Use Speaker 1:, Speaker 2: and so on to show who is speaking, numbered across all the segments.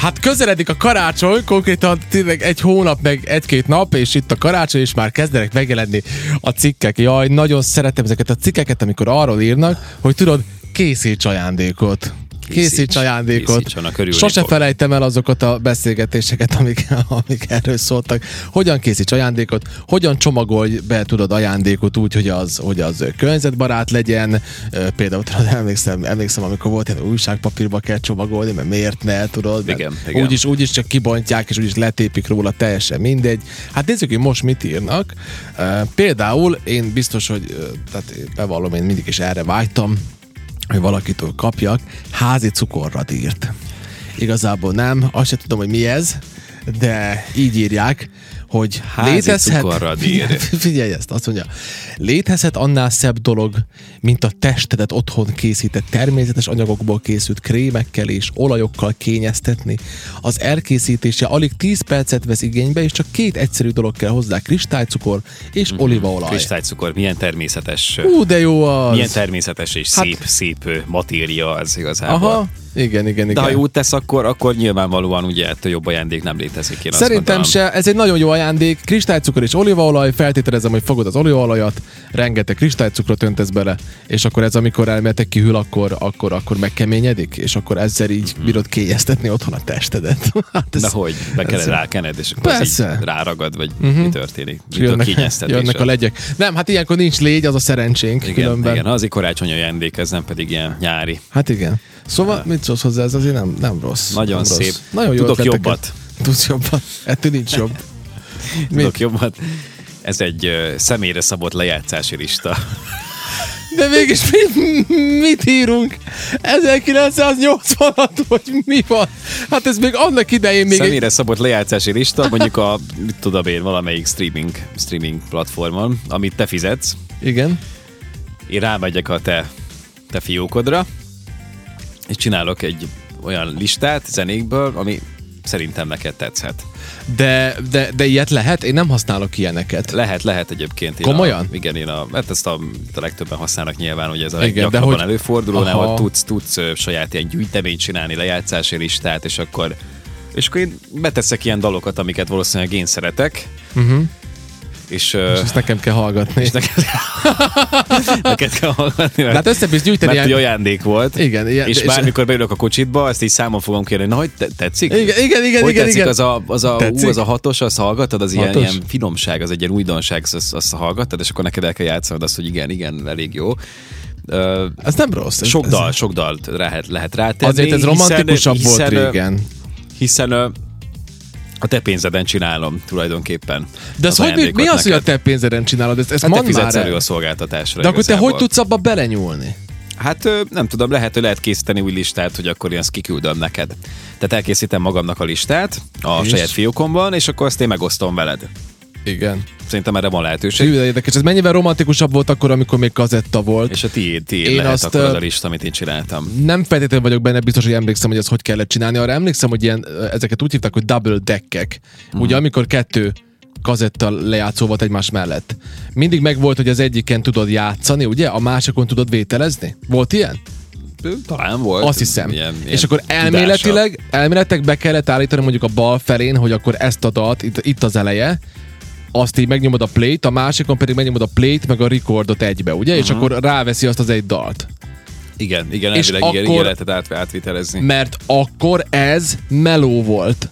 Speaker 1: Hát közeledik a karácsony, konkrétan tényleg egy hónap, meg egy-két nap, és itt a karácsony, és már kezdenek megjelenni a cikkek. Jaj, nagyon szeretem ezeket a cikkeket, amikor arról írnak, hogy tudod, készíts ajándékot. Készíts, készíts ajándékot.
Speaker 2: készíts, annak örülni
Speaker 1: Sose
Speaker 2: fog.
Speaker 1: felejtem el azokat a beszélgetéseket, amik, amik erről szóltak. Hogyan készíts ajándékot, hogyan csomagolj be tudod ajándékot úgy, hogy az, hogy az környezetbarát legyen. Ö, Például tudod, emlékszem, emlékszem, amikor volt ilyen újságpapírba kell csomagolni, mert miért ne, tudod? mert
Speaker 2: Igen, igen.
Speaker 1: Úgyis és úgyis csak kibontják, és úgyis letépik róla, teljesen mindegy. Hát nézzük, hogy most mit írnak. E, Például én biztos, hogy ö, tehát én bevallom, én mindig is erre vágytam, hogy valakitől kapjak házi cukorradírt. Igazából nem, azt se tudom, hogy mi ez, de így írják, hogy
Speaker 2: Házi
Speaker 1: létezhet...
Speaker 2: cukorradír.
Speaker 1: Figyelj ezt, azt mondja. Létezhet annál szebb dolog, mint a testedet otthon készített természetes anyagokból készült krémekkel és olajokkal kényeztetni. Az elkészítése alig 10 percet vesz igénybe, és csak két egyszerű dolog kell hozzá, kristálycukor és
Speaker 2: Mhm.
Speaker 1: olívaolaj.
Speaker 2: Kristálycukor, milyen természetes,
Speaker 1: Ú, de jó az!
Speaker 2: milyen természetes és
Speaker 1: Hát-
Speaker 2: szép, szép ö, matéria az igazából.
Speaker 1: Aha, igen, igen, igen.
Speaker 2: De ha jót tesz, akkor, akkor nyilvánvalóan ugye ettől jobb ajándék nem létezik. Én azt
Speaker 1: Szerintem
Speaker 2: gondolom.
Speaker 1: se, ez egy nagyon jó ajándék. Kristálycukor és olívaolaj, feltételezem, hogy fogod az olívaolajat, rengeteg kristálycukrot öntesz bele, és akkor ez amikor elméletek kihűl, akkor, akkor, akkor megkeményedik, és akkor ezzel így bírod kényeztetni otthon a testedet. hát ez,
Speaker 2: Mhm. De hogy? Be kell rákened, és akkor
Speaker 1: Persze. Mhm.
Speaker 2: Ez így ráragad, vagy uh-huh. mi történik?
Speaker 1: és
Speaker 2: Mit a
Speaker 1: jönnek,
Speaker 2: kényeztetés?
Speaker 1: jönnek a legyek. Nem, hát ilyenkor nincs légy, az a szerencsénk igen,
Speaker 2: igen,
Speaker 1: különben.
Speaker 2: igen,
Speaker 1: Igen.
Speaker 2: az egy karácsony ajándék, ez nem pedig ilyen nyári.
Speaker 1: Hát igen. Szóval mit szólsz hozzá, ez azért nem, nem rossz.
Speaker 2: Nagyon
Speaker 1: nem
Speaker 2: szép.
Speaker 1: Rossz. Nagyon jó
Speaker 2: Tudok
Speaker 1: ötleteket.
Speaker 2: jobbat.
Speaker 1: Tudsz jobbat. Ettől nincs jobb.
Speaker 2: Tudok jobban? Ez egy ö, személyre szabott lejátszási lista.
Speaker 1: De mégis mit, mit írunk? 1986, hogy mi van? Hát ez még annak idején még... Egy...
Speaker 2: Személyre szabott lejátszási lista, mondjuk a, mit tudom én, valamelyik streaming, streaming platformon, amit te fizetsz.
Speaker 1: Igen.
Speaker 2: Én rámegyek a te, te fiókodra, és csinálok egy olyan listát zenékből, ami szerintem neked tetszett.
Speaker 1: De, de, de ilyet lehet? Én nem használok ilyeneket.
Speaker 2: Lehet, lehet egyébként. Én
Speaker 1: Komolyan?
Speaker 2: A, igen, én a, mert ezt a, a legtöbben használnak nyilván, hogy ez a
Speaker 1: Igen, de
Speaker 2: leggyakrabban
Speaker 1: hogy-
Speaker 2: előforduló,
Speaker 1: Aha.
Speaker 2: ahol tudsz, tudsz ö, saját ilyen gyűjteményt csinálni, lejátszási listát, és akkor és akkor én beteszek ilyen dalokat, amiket valószínűleg én szeretek,
Speaker 1: Mhm.
Speaker 2: uh-huh. és, és
Speaker 1: Ezt nekem kell hallgatni.
Speaker 2: neked, neked kell hallgatni, mert,
Speaker 1: Hát össze is gyűjteni
Speaker 2: mert ilyen...
Speaker 1: ilyen...
Speaker 2: ajándék volt.
Speaker 1: Igen, ilyen-
Speaker 2: és
Speaker 1: és-
Speaker 2: bármikor beülök a kocsitba, ezt így számon fogom kérni, na hogy te, tetszik?
Speaker 1: Igen, igen, igen,
Speaker 2: hogy
Speaker 1: igen,
Speaker 2: tetszik
Speaker 1: igen.
Speaker 2: Az, a, az, a,
Speaker 1: Tetszik?
Speaker 2: Ú, az a hatos, azt hallgatod, az ilyen,
Speaker 1: Hatos?
Speaker 2: ilyen finomság, az egy ilyen újdonság, azt- azt, azt hallgatod, és akkor neked el kell játszanod azt, hogy igen, igen, elég jó. Ö,
Speaker 1: Ez nem rossz. Ez-
Speaker 2: sok
Speaker 1: ez-
Speaker 2: dal, sok dalt lehet, lehet rátenni.
Speaker 1: Azért ez
Speaker 2: hiszen-
Speaker 1: romantikusabb volt
Speaker 2: hiszen, ö,
Speaker 1: régen.
Speaker 2: Hiszen ö, a te pénzeden csinálom tulajdonképpen.
Speaker 1: De ez hogy, mi, mi
Speaker 2: ajándékot
Speaker 1: az, hogy a
Speaker 2: neked.
Speaker 1: te pénzeden csinálod? Ezt, ezt
Speaker 2: Hát te
Speaker 1: mondd már
Speaker 2: fizetsz elő
Speaker 1: el.
Speaker 2: a szolgáltatásra.
Speaker 1: De akkor te
Speaker 2: igazából.
Speaker 1: hogy tudsz abba belenyúlni?
Speaker 2: Hát ö, nem tudom, lehet, hogy lehet készíteni új listát, hogy akkor én ezt kiküldöm neked. Tehát elkészítem magamnak a listát a
Speaker 1: És?
Speaker 2: és? saját fiókomban, és akkor azt én megosztom veled.
Speaker 1: Igen.
Speaker 2: Szerintem erre van lehetőség.
Speaker 1: Hű, de érdekes. Ez mennyivel romantikusabb volt akkor, amikor még kazetta volt?
Speaker 2: És a tiéd, tiéd
Speaker 1: Én
Speaker 2: lehet
Speaker 1: azt,
Speaker 2: akkor az
Speaker 1: ö,
Speaker 2: a lista, amit én csináltam.
Speaker 1: nem feltétlenül vagyok benne biztos, hogy emlékszem, hogy ezt hogy kellett csinálni. Arra emlékszem, hogy ilyen, ö, ezeket úgy hívták, hogy double deckek.
Speaker 2: Mhm.
Speaker 1: Mm. Ugye amikor kettő kazetta lejátszó volt egymás mellett. Mindig megvolt, hogy az egyiken tudod játszani, ugye? A másikon tudod vételezni? Volt ilyen?
Speaker 2: Talán volt.
Speaker 1: Azt hiszem.
Speaker 2: Hát, ilyen- ilyen
Speaker 1: és akkor
Speaker 2: tudása.
Speaker 1: elméletileg, elméletek be kellett állítani mondjuk a bal felén, hogy akkor ezt a dalt, itt, itt az eleje, azt így megnyomod a play-t, a másikon pedig megnyomod a play-t, meg a recordot egybe, ugye?
Speaker 2: Mhm.
Speaker 1: Uh-huh. És akkor ráveszi azt az egy dalt.
Speaker 2: Igen, igen,
Speaker 1: És
Speaker 2: elvileg igen,
Speaker 1: akkor-
Speaker 2: igen, lehetett át, átvitelezni.
Speaker 1: mert akkor ez meló volt.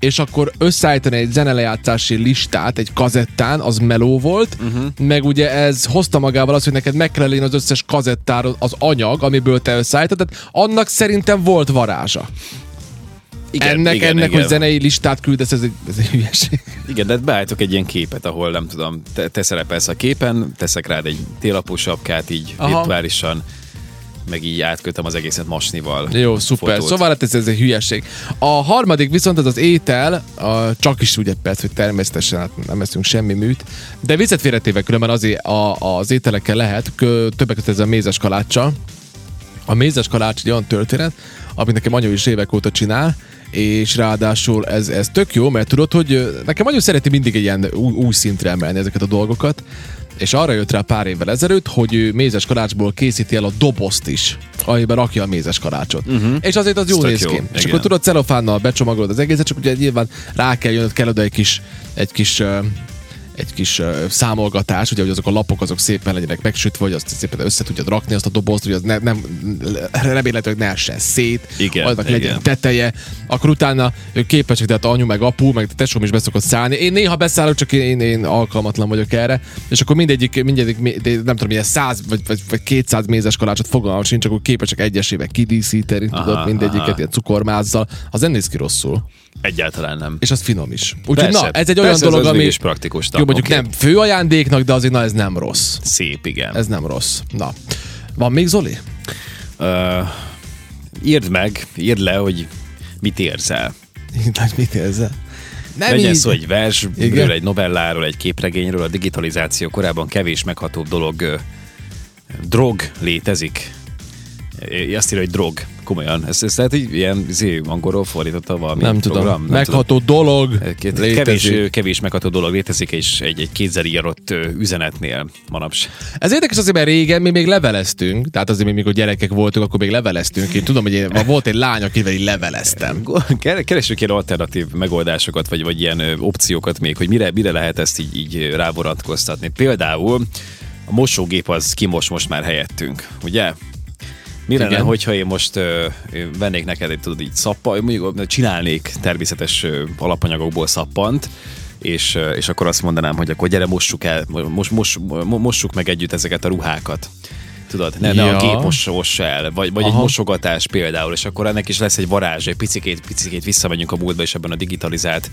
Speaker 1: És akkor összeállítani egy zenelejátszási listát egy kazettán, az meló volt, uh-huh. meg ugye ez hozta magával az, hogy neked meg kell lenni az összes kazettáról az anyag, amiből te összeállítod, tehát annak szerintem volt varázsa. Igen, ennek, igen, ennek igen. hogy zenei listát küldesz, ez egy, ez egy hülyeség.
Speaker 2: Igen, de hát beállítok egy ilyen képet, ahol nem tudom, te, te szerepelsz a képen, teszek rád egy télapú sapkát így
Speaker 1: Aha.
Speaker 2: Aha. virtuálisan, meg így átkötöm az egészet masnival.
Speaker 1: Jó, szuper.
Speaker 2: Fotót.
Speaker 1: Fotót. Szóval hát ez, ez egy hülyeség. A harmadik viszont az az étel, a, csak is ugye persze, hogy természetesen hát nem eszünk semmi műt, de viccet félretéve különben azért a, az ételekkel lehet, kö, többek között ez a mézes kalácsa. A mézes kalács egy olyan történet, amit nekem anyu is évek óta csinál, és ráadásul ez, ez tök jó, mert tudod, hogy ö, nekem anyu szereti mindig egy ilyen új, új szintre emelni ezeket a dolgokat, És arra jött rá pár évvel ezelőtt, hogy ő mézes kalácsból készíti el a dobozt is, amiben rakja a mézes kalácsot. Uh-huh. És azért az jó
Speaker 2: Mhm. tök
Speaker 1: néz
Speaker 2: jó,
Speaker 1: ki. És
Speaker 2: igen.
Speaker 1: akkor tudod, celofánnal becsomagolod az egészet, csak ugye nyilván rá kell jönnöd, kell oda egy kis, egy kis ö, egy kis ö, számolgatás, ugye, hogy azok a lapok azok szépen legyenek megsütve, hogy azt szépen össze tudjad rakni azt a dobozt, hogy az ne, nem, remélhetőleg ne essen szét,
Speaker 2: Igen,
Speaker 1: annak legyen
Speaker 2: igen.
Speaker 1: teteje, akkor utána ők képesek, tehát anyu, meg apu, meg tesóm is beszokott szállni. Én néha beszállok, csak én, én, én alkalmatlan vagyok erre, és akkor mindegyik, mindegyik mi- de nem tudom, ilyen 100 vagy, vagy, vagy 200 mézes kalácsot fogalmam sincs, akkor képesek egyesével kidíszíteni,
Speaker 2: Aha,
Speaker 1: tudod, mindegyiket
Speaker 2: aha.
Speaker 1: ilyen cukormázzal. Az nem néz ki rosszul,
Speaker 2: Egyáltalán nem.
Speaker 1: és az finom is. Úgyhogy
Speaker 2: Persze,
Speaker 1: na, ez egy olyan
Speaker 2: persze, ez
Speaker 1: dolog,
Speaker 2: az
Speaker 1: ami
Speaker 2: mégis praktikus.
Speaker 1: jó, mondjuk nem fő ajándéknak, de azért na ez nem rossz.
Speaker 2: Szép, igen.
Speaker 1: Ez nem rossz. Na, van még Zoli?
Speaker 2: Ö, írd meg, írd le, hogy mit érzel.
Speaker 1: Így, mit érzel? Nem
Speaker 2: Legyen
Speaker 1: így.
Speaker 2: szó egy
Speaker 1: Igen.
Speaker 2: versről, egy novelláról, egy képregényről, a digitalizáció korában kevés meghatóbb dolog, ö, drog létezik. É, Azt írja, hogy drog, komolyan. Ez, ez lehet, hogy ilyen izé, angolról fordította valami
Speaker 1: nem tudom.
Speaker 2: program.
Speaker 1: Nem Megható dolog.
Speaker 2: Két,
Speaker 1: létezik.
Speaker 2: kevés, ö, kevés megható dolog létezik, és egy, egy kézzel írott ö, üzenetnél manapság.
Speaker 1: Ez érdekes azért, mert régen mi még leveleztünk, tehát azért, mi mikor gyerekek voltunk, akkor még leveleztünk. Én tudom, hogy én, volt egy lány, akivel így leveleztem.
Speaker 2: Ke- Keresünk ilyen alternatív megoldásokat, vagy, vagy ilyen ö, opciókat még, hogy mire, mire lehet ezt így, így ö, rávoratkoztatni. Például a mosógép az kimos most már helyettünk, ugye? Mi lenne,
Speaker 1: Igen.
Speaker 2: hogyha én most ö, ö, vennék neked egy, tudod, így szappa, mondjuk ö, csinálnék természetes ö, alapanyagokból szappant, és, ö, és akkor azt mondanám, hogy akkor gyere, mossuk el, most, most, mossuk meg együtt ezeket a ruhákat. Tudod, ne, ne
Speaker 1: Ja.
Speaker 2: a gép mos, mossa el, vagy, vagy egy
Speaker 1: Aha.
Speaker 2: mosogatás például, és akkor ennek is lesz egy varázs, egy picikét, picikét visszamegyünk a múltba, és ebben a digitalizált,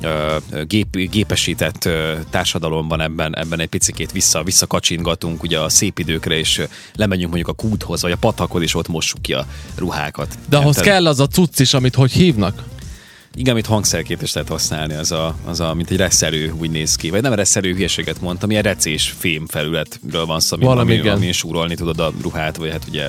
Speaker 2: ö, ö, gép, gépesített ö, társadalomban ebben, ebben egy picikét vissza, visszakacsingatunk ugye a szép időkre, és ö, lemegyünk mondjuk a kúthoz, vagy a patakhoz, és ott mossuk ki a ruhákat.
Speaker 1: De ahhoz
Speaker 2: Érted?
Speaker 1: kell az a cucc is, amit hogy hívnak?
Speaker 2: Igen, amit hangszerként is lehet használni, az a, az a, mint egy reszelő úgy néz ki. Vagy nem reszelő hülyeséget mondtam, ilyen recés fém felületről van szó, ami,
Speaker 1: Valami
Speaker 2: ami,
Speaker 1: igen.
Speaker 2: ami súrolni tudod a ruhát, vagy hát ugye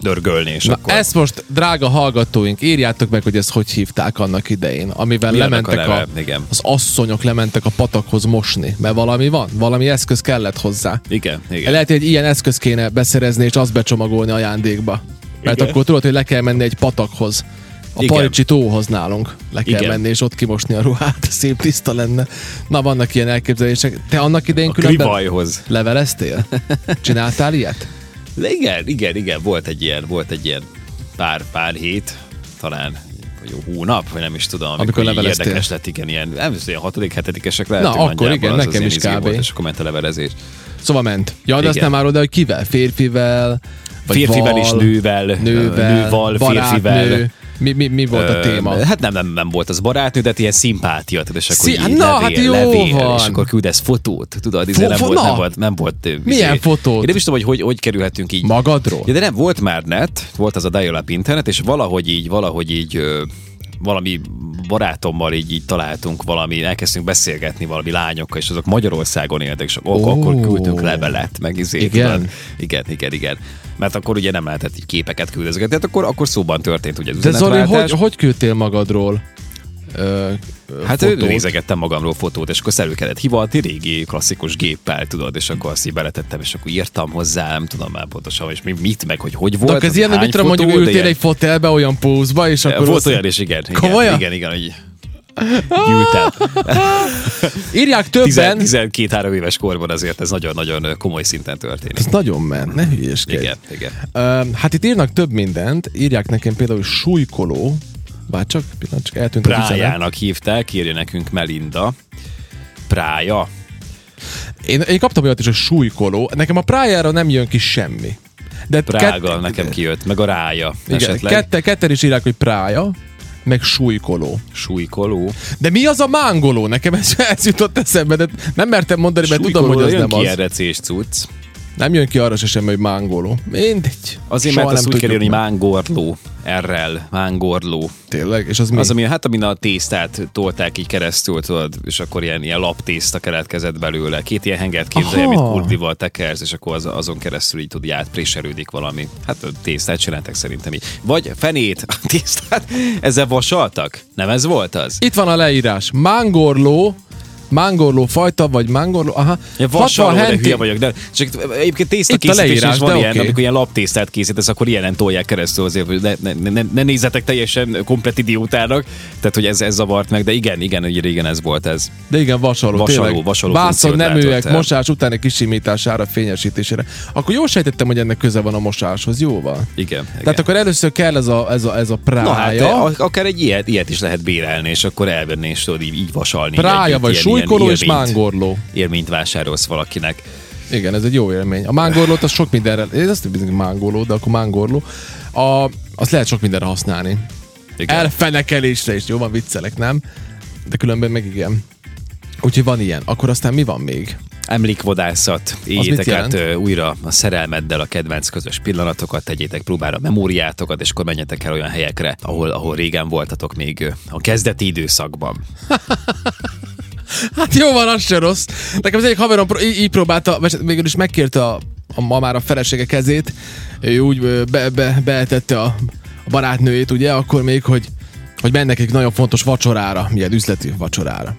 Speaker 2: dörgölni, és
Speaker 1: Na,
Speaker 2: akkor...
Speaker 1: ezt most, drága hallgatóink, írjátok meg, hogy ezt hogy hívták annak idején, amivel
Speaker 2: Mi annak
Speaker 1: lementek
Speaker 2: a
Speaker 1: a,
Speaker 2: neve? Igen.
Speaker 1: az asszonyok lementek a patakhoz mosni, mert valami van, valami eszköz kellett hozzá.
Speaker 2: Igen, igen.
Speaker 1: Lehet, hogy egy ilyen eszköz kéne beszerezni, és azt becsomagolni ajándékba. Mert
Speaker 2: Igen.
Speaker 1: akkor tudod, hogy le kell menni egy patakhoz. A
Speaker 2: Igen.
Speaker 1: Paricsi tóhoz nálunk le kell
Speaker 2: Igen.
Speaker 1: menni, és ott kimosni a ruhát. Szép tiszta lenne. Na, vannak ilyen elképzelések. Te annak idején
Speaker 2: A
Speaker 1: különben
Speaker 2: krivajhoz.
Speaker 1: leveleztél? Csináltál ilyet?
Speaker 2: Le, igen, igen, igen, volt egy ilyen, volt egy ilyen pár, pár hét, talán vagy jó hónap, vagy nem is tudom, amikor,
Speaker 1: Amikor
Speaker 2: így
Speaker 1: leveleztél.
Speaker 2: érdekes lett, igen, ilyen, nem tudom, ilyen hatodik, hetedikesek lehet, hogy
Speaker 1: akkor
Speaker 2: nagyjából
Speaker 1: igen,
Speaker 2: az az
Speaker 1: nekem
Speaker 2: ilyen
Speaker 1: is
Speaker 2: izé
Speaker 1: kb.
Speaker 2: Volt, és akkor ment a levelezés.
Speaker 1: Szóval ment. Ja, de
Speaker 2: Igen.
Speaker 1: azt nem árul, de hogy kivel? Férfivel? Vagy
Speaker 2: Férfivel
Speaker 1: val,
Speaker 2: és nővel,
Speaker 1: Nővel,
Speaker 2: nőval,
Speaker 1: barátnő.
Speaker 2: férfivel.
Speaker 1: Mi, mi, mi volt a
Speaker 2: Ö,
Speaker 1: téma?
Speaker 2: Hát nem, nem, nem volt az barátnő, de hát ilyen szimpátia, tudod, és akkor
Speaker 1: Szí-
Speaker 2: így
Speaker 1: hát na,
Speaker 2: levél,
Speaker 1: hát jó
Speaker 2: levél, és
Speaker 1: van.
Speaker 2: akkor küldesz fotót, tudod, izé, nem,
Speaker 1: fo-
Speaker 2: volt,
Speaker 1: na.
Speaker 2: nem, volt, nem volt, ö, izé.
Speaker 1: Milyen fotót?
Speaker 2: Én nem is tudom, hogy hogy, hogy kerülhetünk így.
Speaker 1: Magadról?
Speaker 2: Ja, de nem, volt már net, volt az a dial internet, és valahogy így, valahogy így ö, valami barátommal így, így találtunk valami, elkezdtünk beszélgetni valami lányokkal, és azok Magyarországon éltek, és akkor,
Speaker 1: Ó.
Speaker 2: akkor küldtünk levelet, meg izé,
Speaker 1: Igen?
Speaker 2: tudod. igen, igen, igen. Mert akkor ugye nem lehetett így képeket küldözgetni, hát akkor, akkor szóban történt ugye az
Speaker 1: De Zoli,
Speaker 2: üzenetváltás.
Speaker 1: hogy, hogy küldtél magadról? Ö, ö,
Speaker 2: Hát
Speaker 1: fotót?
Speaker 2: fotót. nézegettem magamról fotót, és akkor elő kellett hivatni régi klasszikus géppel, tudod, és akkor azt így beletettem, és akkor írtam hozzá, nem tudom már pontosan, és mi, mit, meg hogy hogy volt.
Speaker 1: Volt, ez
Speaker 2: az
Speaker 1: ilyen, hogy
Speaker 2: hány
Speaker 1: mit tudom,
Speaker 2: fotó,
Speaker 1: mondjuk
Speaker 2: de
Speaker 1: ültél
Speaker 2: ilyen-
Speaker 1: egy fotelbe olyan pózba, és akkor...
Speaker 2: Volt
Speaker 1: azt-
Speaker 2: olyan is, igen. igen
Speaker 1: Komolyan?
Speaker 2: Igen, igen, hogy gyűltem.
Speaker 1: Írják többen...
Speaker 2: 12-3 éves korban azért ez nagyon-nagyon komoly szinten történik.
Speaker 1: Ez nagyon ment, ne hülyéskedj.
Speaker 2: Igen, igen.
Speaker 1: Ö, hát itt írnak több mindent, írják nekem például hogy súlykoló, bár csak pillanat, csak eltűnt az üzenet.
Speaker 2: Prájának hívták, írja nekünk Melinda. Prája.
Speaker 1: Én, én kaptam olyat is, hogy súlykoló. Nekem a prájára nem jön ki semmi. De
Speaker 2: Prága nekem kijött, meg a rája
Speaker 1: igen,
Speaker 2: esetleg.
Speaker 1: kette, ketten is írják, hogy prája, meg súlykoló.
Speaker 2: Súlykoló.
Speaker 1: De mi az a mángoló? Nekem ez, ez jutott eszembe, de nem mertem mondani, mert tudom, hogy az
Speaker 2: jön
Speaker 1: nem
Speaker 2: ki
Speaker 1: az.
Speaker 2: erre cés cucc.
Speaker 1: Nem jön ki arra se semmi, hogy mángoló. Mindegy.
Speaker 2: Azért,
Speaker 1: Soha
Speaker 2: mert azt
Speaker 1: nem
Speaker 2: úgy
Speaker 1: tudjuk
Speaker 2: kell írni, hogy
Speaker 1: meg.
Speaker 2: mángorló. Errel, mángorló.
Speaker 1: Tényleg? És az mi?
Speaker 2: Az, ami hát amin a tésztát tolták így keresztül, tudod, és akkor ilyen, ilyen laptészta keletkezett belőle. Két ilyen hengert képzelj,
Speaker 1: Aha.
Speaker 2: amit kurdival tekersz, és akkor az, azon keresztül így tud, így átpréselődik valami. Hát ö, tésztát csináltak szerintem így. Vagy fenét, a tésztát, ezzel vasaltak? Nem ez volt az?
Speaker 1: Itt van a leírás. Mángorló Mángorló fajta, vagy mángorló, aha.
Speaker 2: Ja, vasaló, de hülye vagyok. De csak egyébként tészta
Speaker 1: Itt a
Speaker 2: készítés
Speaker 1: leírás,
Speaker 2: is van
Speaker 1: de
Speaker 2: ilyen,
Speaker 1: oké.
Speaker 2: amikor ilyen laptésztát készítesz, akkor ilyenen tolják keresztül azért, hogy ne, ne, ne, ne nézzetek teljesen komplet idiótának. Tehát, hogy ez, ez zavart meg, de igen, igen, ugye régen ez volt ez.
Speaker 1: De igen, vasaló,
Speaker 2: Vasaló,
Speaker 1: tényleg.
Speaker 2: vasaló
Speaker 1: Bászon
Speaker 2: funkciót látott
Speaker 1: neműek,
Speaker 2: el.
Speaker 1: mosás utáni kisimítására, fényesítésére. Akkor jól sejtettem, hogy ennek köze van a mosáshoz, jóval.
Speaker 2: Igen. igen.
Speaker 1: Tehát akkor először kell ez a, ez a, ez a
Speaker 2: Na hát,
Speaker 1: prája.
Speaker 2: de ak- akár egy ilyet, ilyet is lehet bérelni, és akkor elvenni, és tudod így, így vasalni.
Speaker 1: Prája
Speaker 2: egy-
Speaker 1: vagy
Speaker 2: ilyen-
Speaker 1: súlykoló
Speaker 2: ilyen
Speaker 1: és
Speaker 2: élményt-
Speaker 1: mángorló.
Speaker 2: Élményt vásárolsz valakinek.
Speaker 1: Igen, ez egy jó élmény. A mángorlót az sok mindenre, én azt nem bizony mángorló, de akkor mángorló. A, azt lehet sok mindenre használni.
Speaker 2: Igen.
Speaker 1: Elfenekelésre is, jó van, viccelek, nem? De különben meg igen. Úgyhogy van ilyen. Akkor aztán mi van még?
Speaker 2: Emlékvadászat, éljétek
Speaker 1: mit jelent?
Speaker 2: át ö, újra a szerelmeddel a kedvenc közös pillanatokat, tegyétek próbára a memóriátokat, és akkor menjetek el olyan helyekre, ahol, ahol régen voltatok még ö, a kezdeti időszakban.
Speaker 1: Hát jó van, az se rossz. Nekem az egyik haverom pró- így, így próbálta, vagy hát végül is megkérte a, a, ma már a felesége kezét, ő úgy ö, be, be, beetette a, a barátnőjét, ugye, akkor még, hogy, hogy mennek egy nagyon fontos vacsorára, milyen üzleti vacsorára.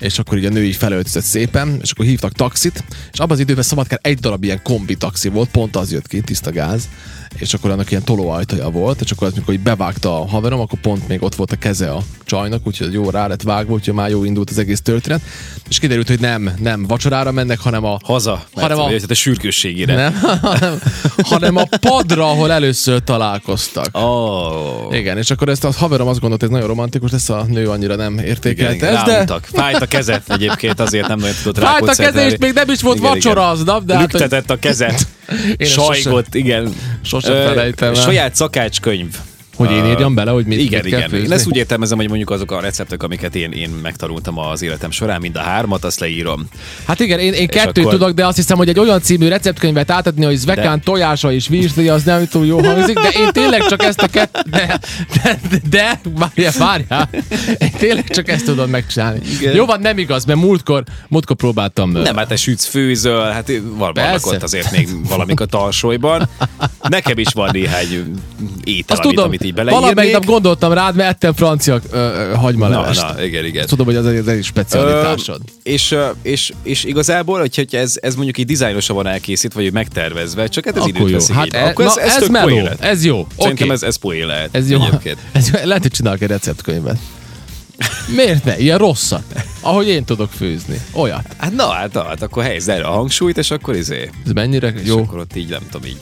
Speaker 1: És akkor így a nő így felöltözött szépen, és akkor hívtak taxit, és abban az időben Szabadkán egy darab ilyen kombi taxi volt, pont az jött ki, tiszta gáz, és akkor annak ilyen tolóajtaja volt, és akkor az, mikor így bevágta a haverom, akkor pont még ott volt a keze a csajnak, úgyhogy jó rá lett vágva, úgyhogy már jó indult az egész történet, és kiderült, hogy nem, nem vacsorára mennek, hanem a
Speaker 2: Haza, mert,
Speaker 1: Hanem a-
Speaker 2: a... a sürgősségére.
Speaker 1: nem, hanem, hanem a padra, ahol először találkoztak.
Speaker 2: Oh.
Speaker 1: Igen, és akkor ezt a haverom azt gondolta, hogy ez nagyon romantikus, ezt a nő annyira nem
Speaker 2: Igen,
Speaker 1: értékelte.
Speaker 2: igen,
Speaker 1: ezt, de
Speaker 2: rámutak. Fájt a kezet egyébként, azért nem nagyon tudott
Speaker 1: Fájt a
Speaker 2: rákoncentrálni.
Speaker 1: keze, és még nem is volt vacsora aznap, de hát, hogy-
Speaker 2: Lüktetett a kezet.
Speaker 1: Én ezt
Speaker 2: Sajgott, igen.
Speaker 1: sosem
Speaker 2: Ö,
Speaker 1: felejtem el.
Speaker 2: Saját szakácskönyv.
Speaker 1: Hogy én
Speaker 2: Ö,
Speaker 1: írjam bele, hogy mit-
Speaker 2: igen,
Speaker 1: mit kell
Speaker 2: igen. Én
Speaker 1: főzni?
Speaker 2: ezt úgy értelmezem, hogy mondjuk azok a receptek, amiket én, én megtanultam az életem során, mind a hármat, azt leírom.
Speaker 1: Hát igen, én, én kettőt
Speaker 2: akkor-
Speaker 1: akkor... tudok, de azt hiszem, hogy egy olyan című receptkönyvet átadni, hogy zvekán,
Speaker 2: De-
Speaker 1: de... tojása és virsli, az nem túl jó hangzik, de én tényleg csak ezt a kettőt, de, de, de, de várjál, várjál, én tényleg csak ezt tudom megcsinálni.
Speaker 2: Igen.
Speaker 1: Igen. Jó van, nem igaz, mert múltkor, múltkor próbáltam. ö,
Speaker 2: Nem, hát te sütsz, főzöl, hát van, vannak
Speaker 1: Persze.
Speaker 2: ott azért még valamik a tarsolyban. Nekem is van néhány étel,
Speaker 1: azt
Speaker 2: amit,
Speaker 1: tudom,
Speaker 2: amit így
Speaker 1: valamelyik
Speaker 2: beleírnék.
Speaker 1: nap gondoltam rád, mert ettem francia ö, ö,
Speaker 2: Na,
Speaker 1: hagymalevest.
Speaker 2: na, igen, igen.
Speaker 1: Ezt Tudom, hogy az egy, az egy specialitásod.
Speaker 2: Ö, és, ö, és, és igazából, hogyha ez, ez mondjuk így dizájnosan van elkészítve, vagy megtervezve, csak hát ez
Speaker 1: Akkor
Speaker 2: időt
Speaker 1: jó.
Speaker 2: veszik
Speaker 1: Hát
Speaker 2: igénybe.
Speaker 1: e,
Speaker 2: Akkor
Speaker 1: na, ez, ez
Speaker 2: tök poén
Speaker 1: meló,
Speaker 2: lett.
Speaker 1: ez jó.
Speaker 2: Szerintem
Speaker 1: Oké.
Speaker 2: ez, ez poén lehet.
Speaker 1: Ez jó.
Speaker 2: Egyébként.
Speaker 1: Ez, lehet, hogy csinálok egy receptkönyvet. Miért ne? Ilyen rosszat. Ahogy én tudok főzni. Olyat.
Speaker 2: Hát na, hát, na, hát akkor helyezd erre a hangsúlyt, és akkor izé.
Speaker 1: Ez mennyire
Speaker 2: És
Speaker 1: jó.
Speaker 2: akkor ott így, nem tudom, így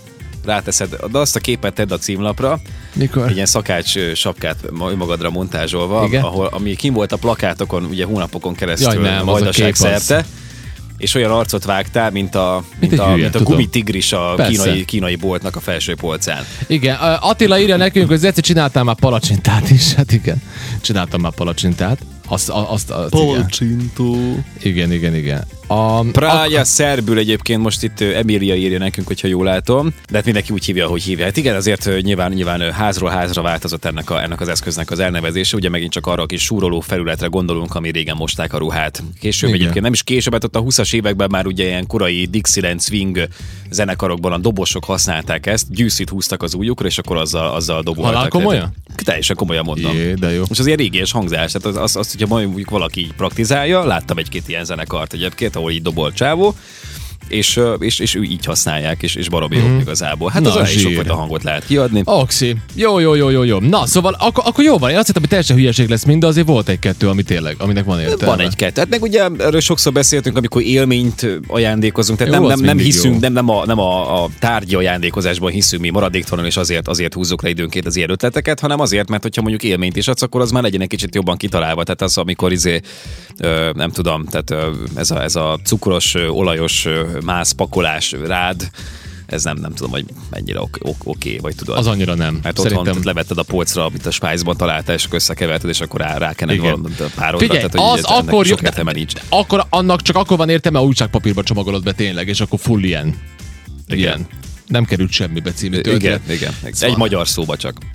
Speaker 2: ráteszed, de azt a képet tedd a címlapra,
Speaker 1: Mikor?
Speaker 2: egy ilyen szakács ö, sapkát ma- önmagadra montázsolva,
Speaker 1: Igen.
Speaker 2: ahol, ami kim volt a plakátokon, ugye hónapokon keresztül,
Speaker 1: Jaj, nem, az a kép
Speaker 2: vajdaság
Speaker 1: az.
Speaker 2: szerte, és olyan arcot vágtál, mint a, mint
Speaker 1: egy
Speaker 2: a,
Speaker 1: hülye,
Speaker 2: mint a
Speaker 1: tudom.
Speaker 2: gumitigris a
Speaker 1: Persze.
Speaker 2: kínai, kínai boltnak a felső polcán.
Speaker 1: Igen. Ö, Attila írja nekünk, hogy egyszer csináltál már palacsintát is. Hát igen. Csináltam már palacsintát. Azt, a- azt, azt igen.
Speaker 2: Palcsintó.
Speaker 1: igen, igen, igen. A,
Speaker 2: Prája szerbül egyébként most itt ö, Emília írja nekünk, hogyha jól látom, de hát mindenki úgy hívja, hogy hívja. Hát igen, azért ö, nyilván, nyilván ö, házról házra változott ennek, a, ennek az eszköznek az elnevezése. Ugye megint csak arra a kis súroló felületre gondolunk, ami régen mosták a ruhát. Később
Speaker 1: Igen.
Speaker 2: egyébként nem is később, hát ott a 20-as években már ugye ilyen korai Dixieland swing zenekarokban a dobosok használták ezt, gyűszít húztak az újukra, és akkor azzal, azzal doboltak.
Speaker 1: Halál
Speaker 2: Tehát-
Speaker 1: komolyan?
Speaker 2: Teljesen komolyan mondom.
Speaker 1: Jé, de jó.
Speaker 2: És az ilyen régies hangzás, tehát az, az, azt, hogyha majd mondjuk valaki így praktizálja, láttam egy-két ilyen zenekart egyébként, ahol így dobol csávó, és, ö, és, és ő így használják, és, és baromi jók igazából. Hát
Speaker 1: Mhm. Na,
Speaker 2: az olyan is
Speaker 1: zsír.
Speaker 2: sokfajta hangot lehet kiadni.
Speaker 1: Oxi. Jó, jó, jó, jó, jó. Na, szóval akkor, akkor jó van. Én azt hittem, hogy teljesen hülyeség lesz mind, de azért volt egy-kettő, ami tényleg, aminek van értelme.
Speaker 2: Van egy-kettő. Hát meg ugye erről sokszor beszéltünk, amikor élményt ajándékozunk, tehát
Speaker 1: Jó,
Speaker 2: nem,
Speaker 1: az
Speaker 2: nem, nem
Speaker 1: mindig
Speaker 2: hiszünk,
Speaker 1: jó.
Speaker 2: nem, nem, a, nem a, a tárgyi ajándékozásban hiszünk mi maradéktalan, és azért, azért húzzuk le időnként az ilyen ötleteket, hanem azért, mert hogyha mondjuk élményt is adsz, akkor az már legyen egy kicsit jobban kitalálva. Tehát az, amikor izé, ö, nem tudom, tehát ö, ez a, ez a cukros, ö, olajos ö, mász pakolás rád, ez nem, nem tudom, hogy mennyire ok, ok, oké, vagy tudod.
Speaker 1: Az annyira nem.
Speaker 2: Hát otthon
Speaker 1: Szerintem.
Speaker 2: Szerintem... levetted a polcra, amit a spájzban találtál, és akkor összekeverted, és akkor rá, rákened
Speaker 1: Igen.
Speaker 2: valamit a párodra.
Speaker 1: Figyelj,
Speaker 2: tehát,
Speaker 1: az
Speaker 2: hogy így ennek
Speaker 1: akkor
Speaker 2: sok
Speaker 1: jó-
Speaker 2: értelme nincs.
Speaker 1: Akkor annak csak akkor van értelme, ha újságpapírba csomagolod be tényleg, és akkor full ilyen.
Speaker 2: Igen.
Speaker 1: Ilyen. Nem került semmibe című
Speaker 2: Igen,
Speaker 1: történet.
Speaker 2: igen, igen.
Speaker 1: Szóval-
Speaker 2: Egy magyar szóba csak.